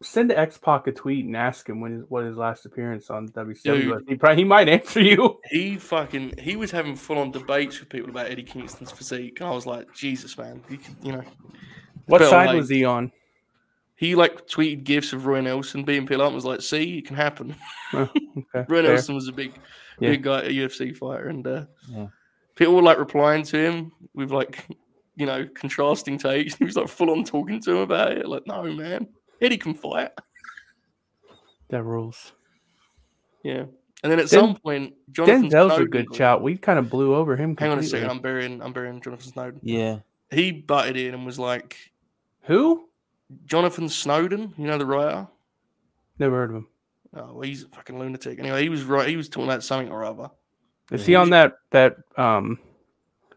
C: send X Pac a tweet and ask him when his what his last appearance on WCW was. He probably he might
B: <laughs>
C: answer you.
B: He fucking he was having full on debates with people about Eddie Kingston's physique, and I was like, Jesus, man, you, could, you know,
C: What
B: But,
C: side
B: like-
C: was he on?
B: he like tweeted gifs of Roy Nelson being pilled up and was like, "See, it can happen." <laughs>
C: Okay,
B: Roy
C: fair.
B: Nelson was a big,
C: Yeah.
B: big guy, a UFC fighter, and uh,
D: Yeah.
B: people were like replying to him with like, you know, contrasting takes. <laughs> He was like full on talking to him about it, like, "No, man, Eddie can fight."
C: that rules.
B: Yeah, and then at
C: Den-
B: some point, Jonathan
C: Denzel's a
B: Snowden
C: good
B: got-
C: shout. We kind of blew over him.
B: Hang on a
C: completely.
B: second, I'm burying, I'm burying Jonathan Snowden.
D: Yeah,
B: He butted in and was like,
C: Who?
B: Jonathan Snowden, you know the writer.
C: Never heard of him.
B: Oh, well, he's a fucking lunatic. Anyway, he was right. He was talking about something or other.
C: Is
D: Yeah.
C: he on that that um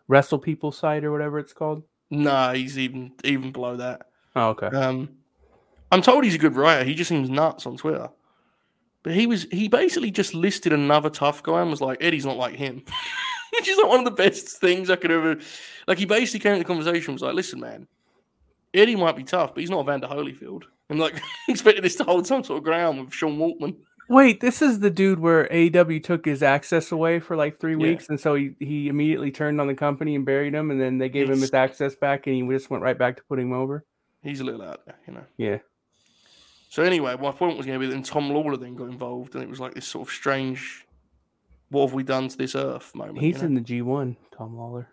C: Wrestle People site or whatever it's called?
B: Nah, he's even even below that.
C: Oh, okay.
B: Um, I'm told he's a good writer. He just seems nuts on Twitter. But he was he basically just listed another tough guy and was like Eddie's not like him, <laughs> which is like one of the best things I could ever. Like he basically came into the conversation and was like, listen, man, Eddie might be tough, but he's not a Vander Holyfield. And like <laughs> expected this to hold some sort of ground with Sean Waltman.
C: Wait, this is the dude where AW took his access away for like three
B: Yeah.
C: weeks, and so he, he immediately turned on the company and buried him, and then they gave him
B: Yes.
C: his access back, and he just went right back to putting him over.
B: He's a little out there, you know.
C: Yeah.
B: So anyway, my point was going to be that then Tom Lawler then got involved, and it was like this sort of strange, "What have we done to this Earth?" moment.
C: He's
B: you know?
C: in the G one, Tom Lawler.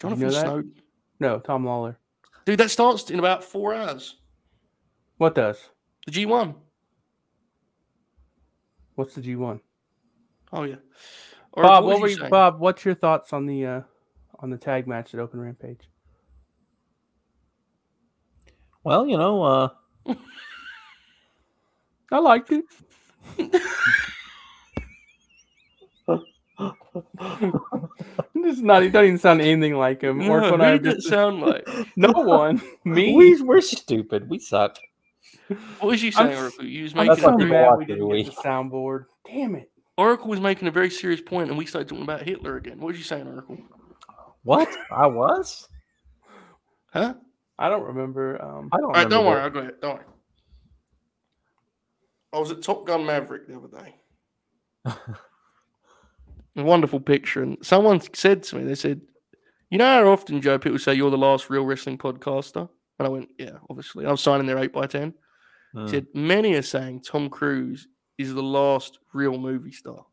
C: Did you
B: Jonathan
C: know that?
B: Snowden,
C: No, Tom Lawler.
B: dude. That starts in about four hours.
C: What does?
B: The G one.
C: What's the G one?
B: Oh yeah. All right,
C: Bob, what
B: was
C: were you,
B: saying?
C: Bob? What's your thoughts on the uh on the tag match at Open Rampage?
D: Well, you know, uh,
C: I liked it. <laughs> This is not. It doesn't even sound anything like him.
B: No,
C: or
B: <laughs> who
C: what I
B: did that
C: just-
B: sound
C: <laughs>
B: like?
C: no one. Me.
D: we we're stupid. We suck.
B: What was you
C: I'm
B: saying,
C: s-
B: Oracle? You was
C: I'm
B: making
D: so
B: a
C: so
D: mad
B: very,
C: mad
D: we
C: we
D: didn't
C: didn't
D: get
C: get
D: the
C: the soundboard. Damn it.
B: Oracle was making a very serious point, and we started talking about Hitler again. What was you saying, Oracle?
D: What I was?
B: Huh?
C: I don't remember. Um,
D: I don't.
B: All right, don't
D: remember
B: worry. I'll go ahead. Don't worry. I was at Top Gun Maverick the other day. <laughs> a wonderful picture. And someone said to me, they said, You know how often, Joe, people say you're the last real wrestling podcaster? And I went, Yeah, obviously. I'm signing their 8 by 10
D: Hmm.
B: said many are saying Tom Cruise is the last real movie star.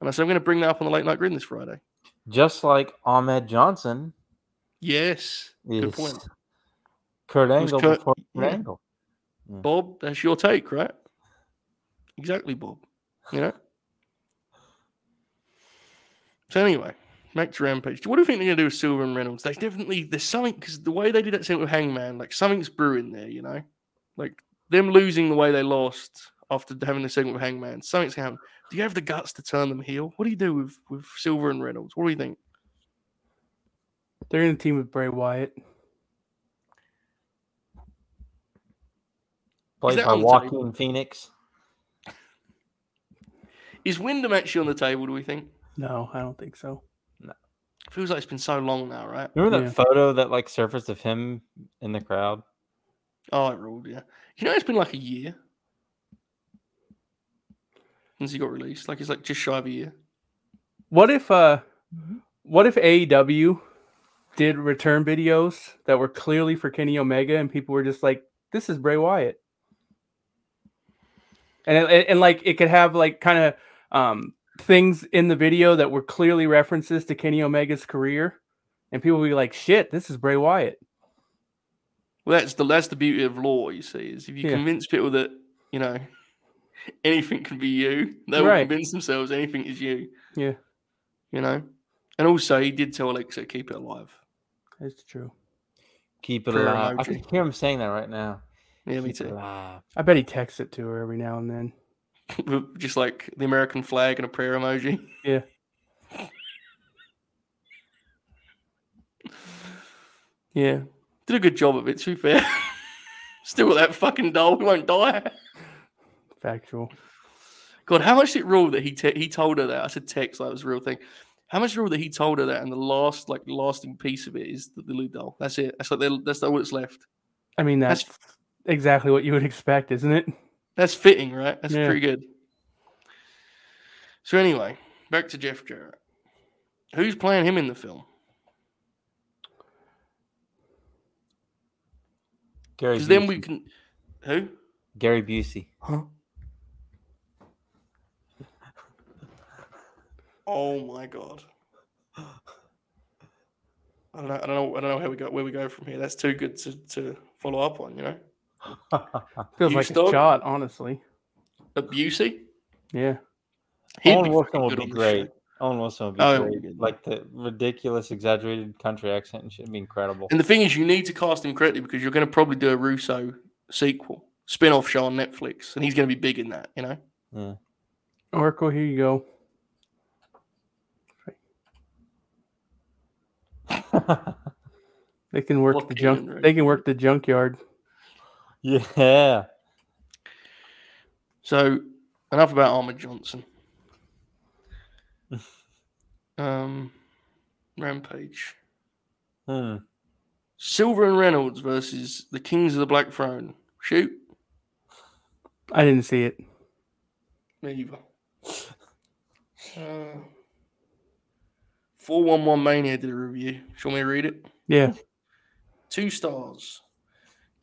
B: And I said I'm going to bring that up on the late night grin this Friday.
D: Just like Ahmed Johnson.
B: Yes, good
D: is
B: point.
D: Kurt
B: was
D: Angle
B: Kurt-
D: before Kurt
B: yeah.
D: Angle.
B: Bob, that's your take, right? Exactly, Bob. You know. so anyway, back to Rampage. What do you think they're going to do with Silver and Reynolds? They definitely there's something because the way they did that scene with Hangman, like something's brewing there. You know, like them losing the way they lost after having the segment with Hangman, something's going to happen. Do you have the guts to turn them heel? What do you do with with Silver and Reynolds? What do you think?
C: They're in a team with Bray Wyatt.
D: Played
B: that
D: by
B: on the table?
D: Joaquin Phoenix.
B: Is Wyndham actually on the table? Do we think?
C: No, I don't think so.
B: Feels like it's been so long now, right?
D: Remember that
C: Yeah.
D: photo that like surfaced of him in the crowd?
B: Oh, it ruled, yeah. You know, it's been like a year since he got released. Like, it's like just shy of a year.
C: What if uh what if AEW did return videos that were clearly for Kenny Omega and people were just like, this is Bray Wyatt. And it- and like it could have like kind of um things in the video that were clearly references to Kenny Omega's career and people would be like, shit, this is Bray Wyatt.
B: Well, that's the that's the beauty of law, you see, is if you
C: Yeah.
B: convince people that you know <laughs> anything can be you, they will
C: Right.
B: convince themselves anything is you.
C: Yeah.
B: you know. And also, he did tell Alexa keep it alive.
C: That's true.
D: Keep it
B: Prayer
D: alive. I can
B: emoji.
D: hear him saying that right now.
B: Yeah, me
D: Keep it
B: too.
D: alive.
C: I bet he texts it to her every now and then.
B: With <laughs> just like the American flag and a prayer emoji. <laughs>
C: Yeah.
B: Yeah. Did a good job of it, to be fair. <laughs> Still got that fucking doll. We won't die. <laughs>
C: Factual.
B: God, how much did it rule that he te- he told her that? I said text, like it was a real thing. How much rule that he told her that, and the last like lasting piece of it is the, the loot doll. That's it. That's like the, that's all that's left.
C: I mean
B: That's-
C: that's exactly what you would expect, isn't it?
B: That's fitting, right? That's
C: Yeah.
B: pretty good. So anyway, back to Jeff Jarrett. Who's playing him in the film?
D: Gary
B: Because
D: Busey.
B: then we can. Who?
D: Gary Busey. <laughs>
B: Huh? Oh my god. I don't know. I don't know. I don't know how we go. Where we go from here. That's too good to, to follow up on. You know,
C: Feels
B: You
C: like
B: stole-
C: a shot, honestly.
B: Abusey.
C: Yeah.
D: Owen Wilson
B: fucking
D: would
B: good
D: be
B: on this show.
D: great. Owen Wilson would be
B: Oh,
D: great. Like the ridiculous, exaggerated country accent and shit would be incredible.
B: And the thing is, you need to cast him correctly because you're going to probably do a Russo sequel, spin off show on Netflix, and he's going to be big in that. You know.
D: Yeah.
C: Oracle, here you go. They can work the
B: Locking in,
C: junk.
B: right?
C: They can work the junkyard.
D: <laughs> yeah.
B: So enough about Armour Johnson. um, Rampage.
D: Hmm.
B: Silver and Reynolds versus the Kings of the Black Throne. Shoot.
C: I didn't see it.
B: Me either. Uh, 411 Mania did a review. Shall we read it? <laughs>
C: Yeah,
B: Two stars.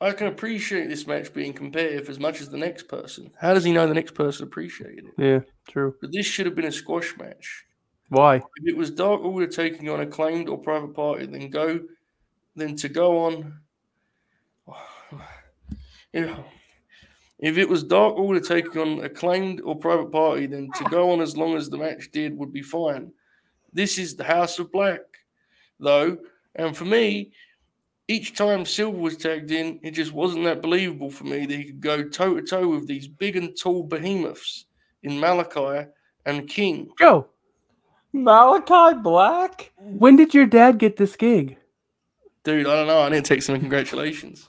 B: I can appreciate this match being competitive as much as the next person. How does he know the next person appreciated it?
C: yeah, true.
B: But this should have been a squash match.
C: Why?
B: If it was Dark Order taking on acclaimed or private party, then go, then to go on. <sighs> If if it was Dark Order taking on acclaimed or private party, then to go on as long as the match did would be fine. This is the House of Black, though, and for me, each time Silver was tagged in, it just wasn't that believable for me that he could go toe to toe with these big and tall behemoths in Malachi and King.
C: Joe,
D: Malachi Black?
C: when did your dad get this gig?
B: Dude, I don't know. I need to take some congratulations.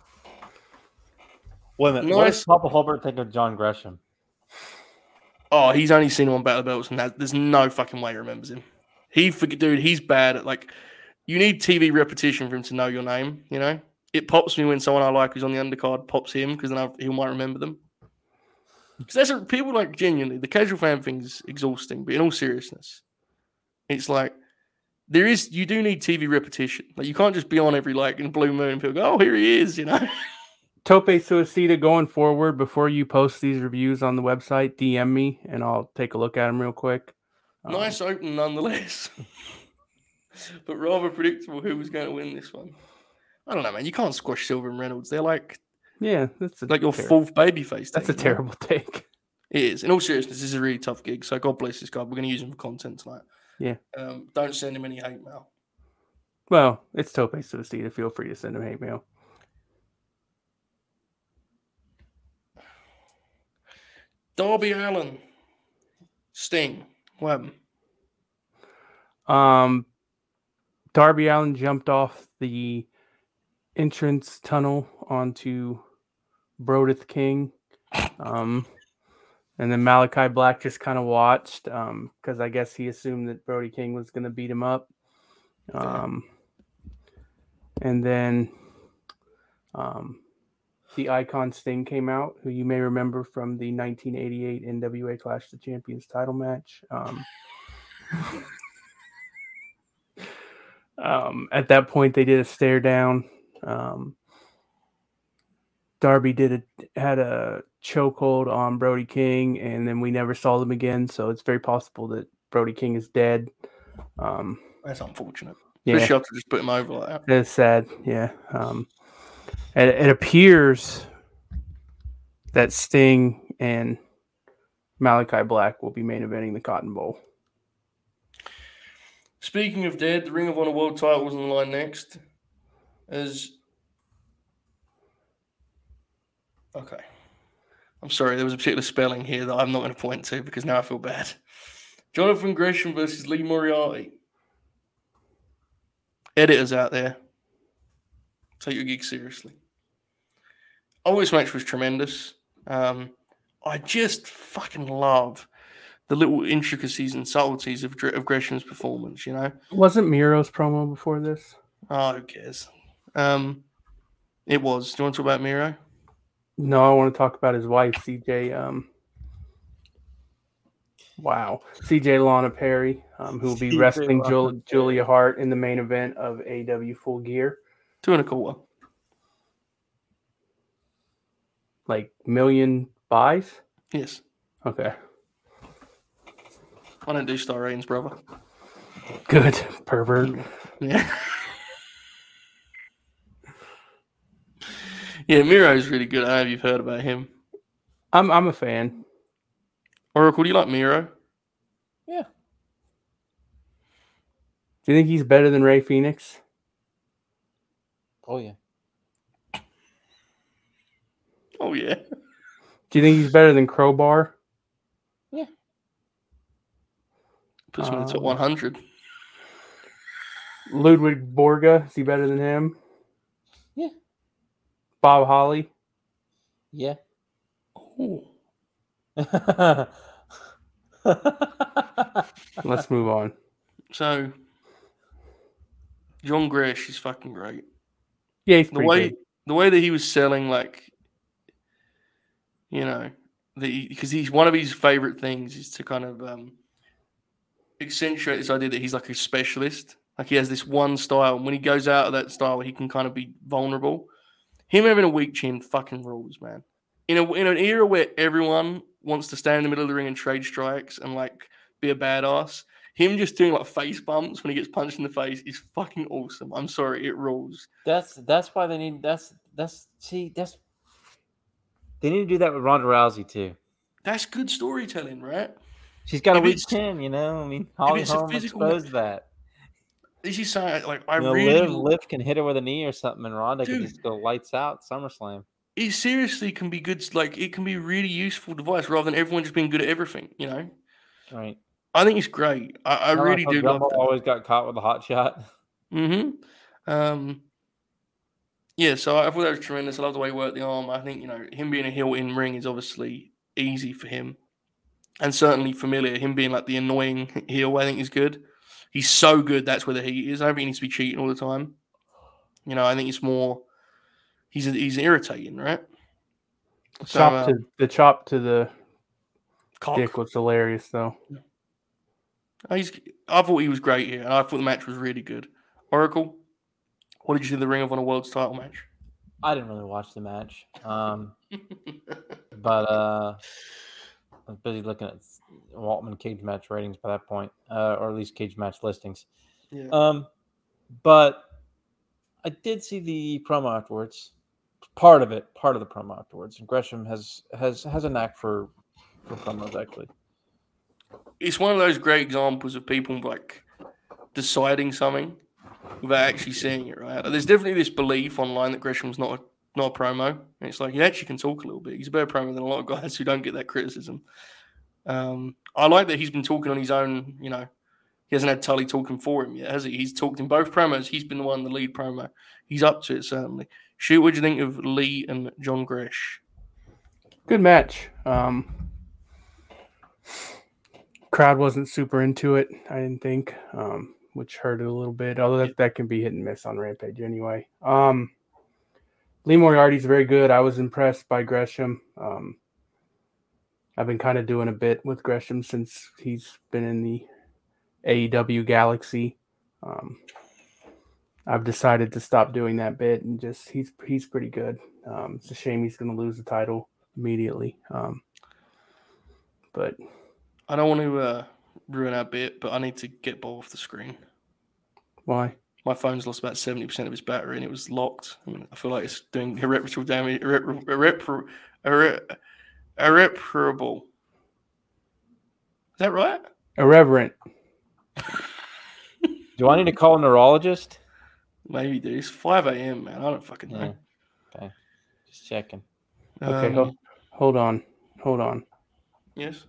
D: Wait a minute. What
B: Nice.
D: does Papa Hulbert think of John Gresham?
B: Oh, he's only seen him on Battle of the Belts, and that, there's no fucking way he remembers him. He, forg- dude, he's bad at like. You need TV repetition for him to know your name. You know, it pops me when someone I like who's on the undercard pops him because then I, he might remember them. Because that's what people like genuinely. The casual fan thing is exhausting, but in all seriousness, It's like there is you do need TV repetition. Like you can't just be on every like in blue moon. People go, oh, here he is. You know,
C: Tope Suicida going forward, before you post these reviews on the website, DM me and I'll take a look at them real quick. Um,
B: nice open nonetheless, <laughs> but rather predictable who was going to win this one. I don't know, man. You can't squash Silver and Reynolds. They're like
C: Yeah, that's a
B: like your
C: ter-
B: fourth baby face.
C: That's a terrible <laughs> take.
B: It is. In all seriousness, this is a really tough gig. So God bless this guy. We're going to use him for content tonight.
C: Yeah.
B: Um, don't send him any hate mail.
C: Well, it's Tope Suicida. Feel free to send him hate mail.
B: Darby Allen, Sting, what happened?
C: Um, Darby Allen jumped off the entrance tunnel onto Brodith King. Um, and then Malachi Black just kind of watched because I guess he assumed that Brody King was going to beat him up. Um, and then um, the icon Sting came out, who you may remember from the 1988 NWA Clash of the Champions title match. Um, um, at that point, they did a stare down. Um, Darby did a, had a chokehold on Brody King, and then we never saw them again. So it's very possible that Brody King is dead. Um,
B: That's unfortunate.
C: yeah.
B: Especially after just put him over like that.
C: It's sad, yeah. Um, it, it appears that Sting and Malachi Black will be main eventing the Cotton Bowl.
B: Speaking of dead, the Ring of Honor World title was on the line next. As okay, I'm sorry, there was a particular spelling here that I'm not going to point to because now I feel bad. Jonathan Gresham versus Lee Moriarty. Editors out there, take your gig seriously. Oh, this match was tremendous. Um, I just fucking love the little intricacies and subtleties of, Dre- of Gresham's performance. You know,
C: Wasn't Miro's promo before this?
B: oh, who cares? Um, it was. Do you want to talk about Miro?
C: No, I want to talk about his wife, CJ. Um, wow, CJ Lana Perry, um, who will be
D: CJ
C: wrestling
D: Lana
C: Jul-
D: Perry.
C: Julia Hart in the main event of AW Full Gear.
B: Two and a quarter.
C: Like million buys.
B: Yes.
C: Okay,
B: I don't do star ratings, brother.
C: good <laughs> pervert.
B: Yeah. <laughs> yeah, Miro's really good. I don't know if you've heard about him.
C: I'm I'm a fan.
B: Oracle, do you like Miro?
C: Do you think he's better than Ray Phoenix?
D: Oh yeah.
B: Oh, yeah.
C: Do you think he's better than Crowbar?
B: Puts him in the top
C: Um,
B: 100.
C: Ludwig Borga, is he better than him?
D: Yeah.
C: Bob Holly?
D: Yeah.
B: Oh.
D: <laughs>
C: Let's move on.
B: So, John Gresh is fucking great.
C: Yeah, he's
B: the
C: pretty
B: way
C: good.
B: the way that he was selling like you know the because he's one of his favorite things is to kind of um accentuate this idea that he's like a specialist like he has this one style and when he goes out of that style he can kind of be vulnerable him having a weak chin fucking rules man in a in an era where everyone wants to stand in the middle of the ring and trade strikes and like be a badass him just doing like face bumps when he gets punched in the face is fucking awesome i'm sorry it rules
D: That's that's why they need that's that's see that's they need to do that with Ronda Rousey too.
B: That's good storytelling, right?
D: She's got a
B: If
D: weak
B: it's-
D: chin, you know. I mean, Holly
B: it's a
D: Holm
B: physical-
D: exposed that.
B: This is something like I
D: You know,
B: really
D: Liv, Liv can hit her with a knee or something, and Ronda can
B: Dude.
D: just go lights out SummerSlam.
B: it seriously can be good. Like it can be a really useful device rather than everyone just being good at everything. You know,
D: Right?
B: I think it's great. I, I
D: Kinda like
B: really
D: how
B: do love
D: Gumbo
B: that.
D: Always got caught with a hot shot.
B: hmm Um, yeah, so I thought that was tremendous. I love the way he worked the arm. I think, you know, him being a heel in ring is obviously easy for him and certainly familiar. Him being like the annoying <laughs> heel, I think, is good. He's so good. That's where the heat is. I don't think he needs to be cheating all the time. You know, I think it's more, he's, he's irritating, right? So,
C: chop
B: uh,
C: to the chop to the
B: cock.
C: dick was hilarious though.
B: Oh, He's, I thought he was great here, and I thought the match was really good. Oracle, what did you see of the Ring of Honor World's title match?
D: I didn't really watch the match, um, but uh, I was busy looking at Waltman cage match ratings by that point, uh, or at least cage match listings.
B: Yeah.
D: Um, but I did see the promo afterwards, part of it, part of the promo afterwards. And Gresham has has has a knack for for promos actually.
B: it's one of those great examples of people like deciding something without actually seeing it, right? Like, there's definitely this belief online that Gresham's not a, not a promo. And it's like he actually can talk a little bit. He's a better promo than a lot of guys who don't get that criticism. Um, I like that he's been talking on his own, you know. He hasn't had Tully talking for him yet, has he? He's talked in both promos. He's been the one, the lead promo. He's up to it, certainly. Shoot, what do you think of Lee and John Gresh?
C: Good match. Um, crowd wasn't super into it, I didn't think, um, which hurt it a little bit. Although that, that can be hit and miss on Rampage anyway. Um, Lee Moriarty's very good. I was impressed by Gresham. Um, I've been kind of doing a bit with Gresham since he's been in the AEW Galaxy. Um, I've decided to stop doing that bit and just he's he's pretty good. Um, it's a shame he's going to lose the title immediately. Um, but
B: I don't want to uh, ruin our bit, but I need to get Bob off the screen.
C: why?
B: my phone's lost about 70% of its battery and it was locked. I, mean, I feel like it's doing irreparable damage, irrepar- irrepar- irre- irreparable. Is that right?
C: Irreverent.
D: Do I need to call a neurologist?
B: Maybe, dude. It's 5 a.m., man. I don't fucking
D: Yeah.
B: know.
D: Okay. Just checking.
C: Okay,
B: Um,
C: ho- hold on, hold on.
B: Yes.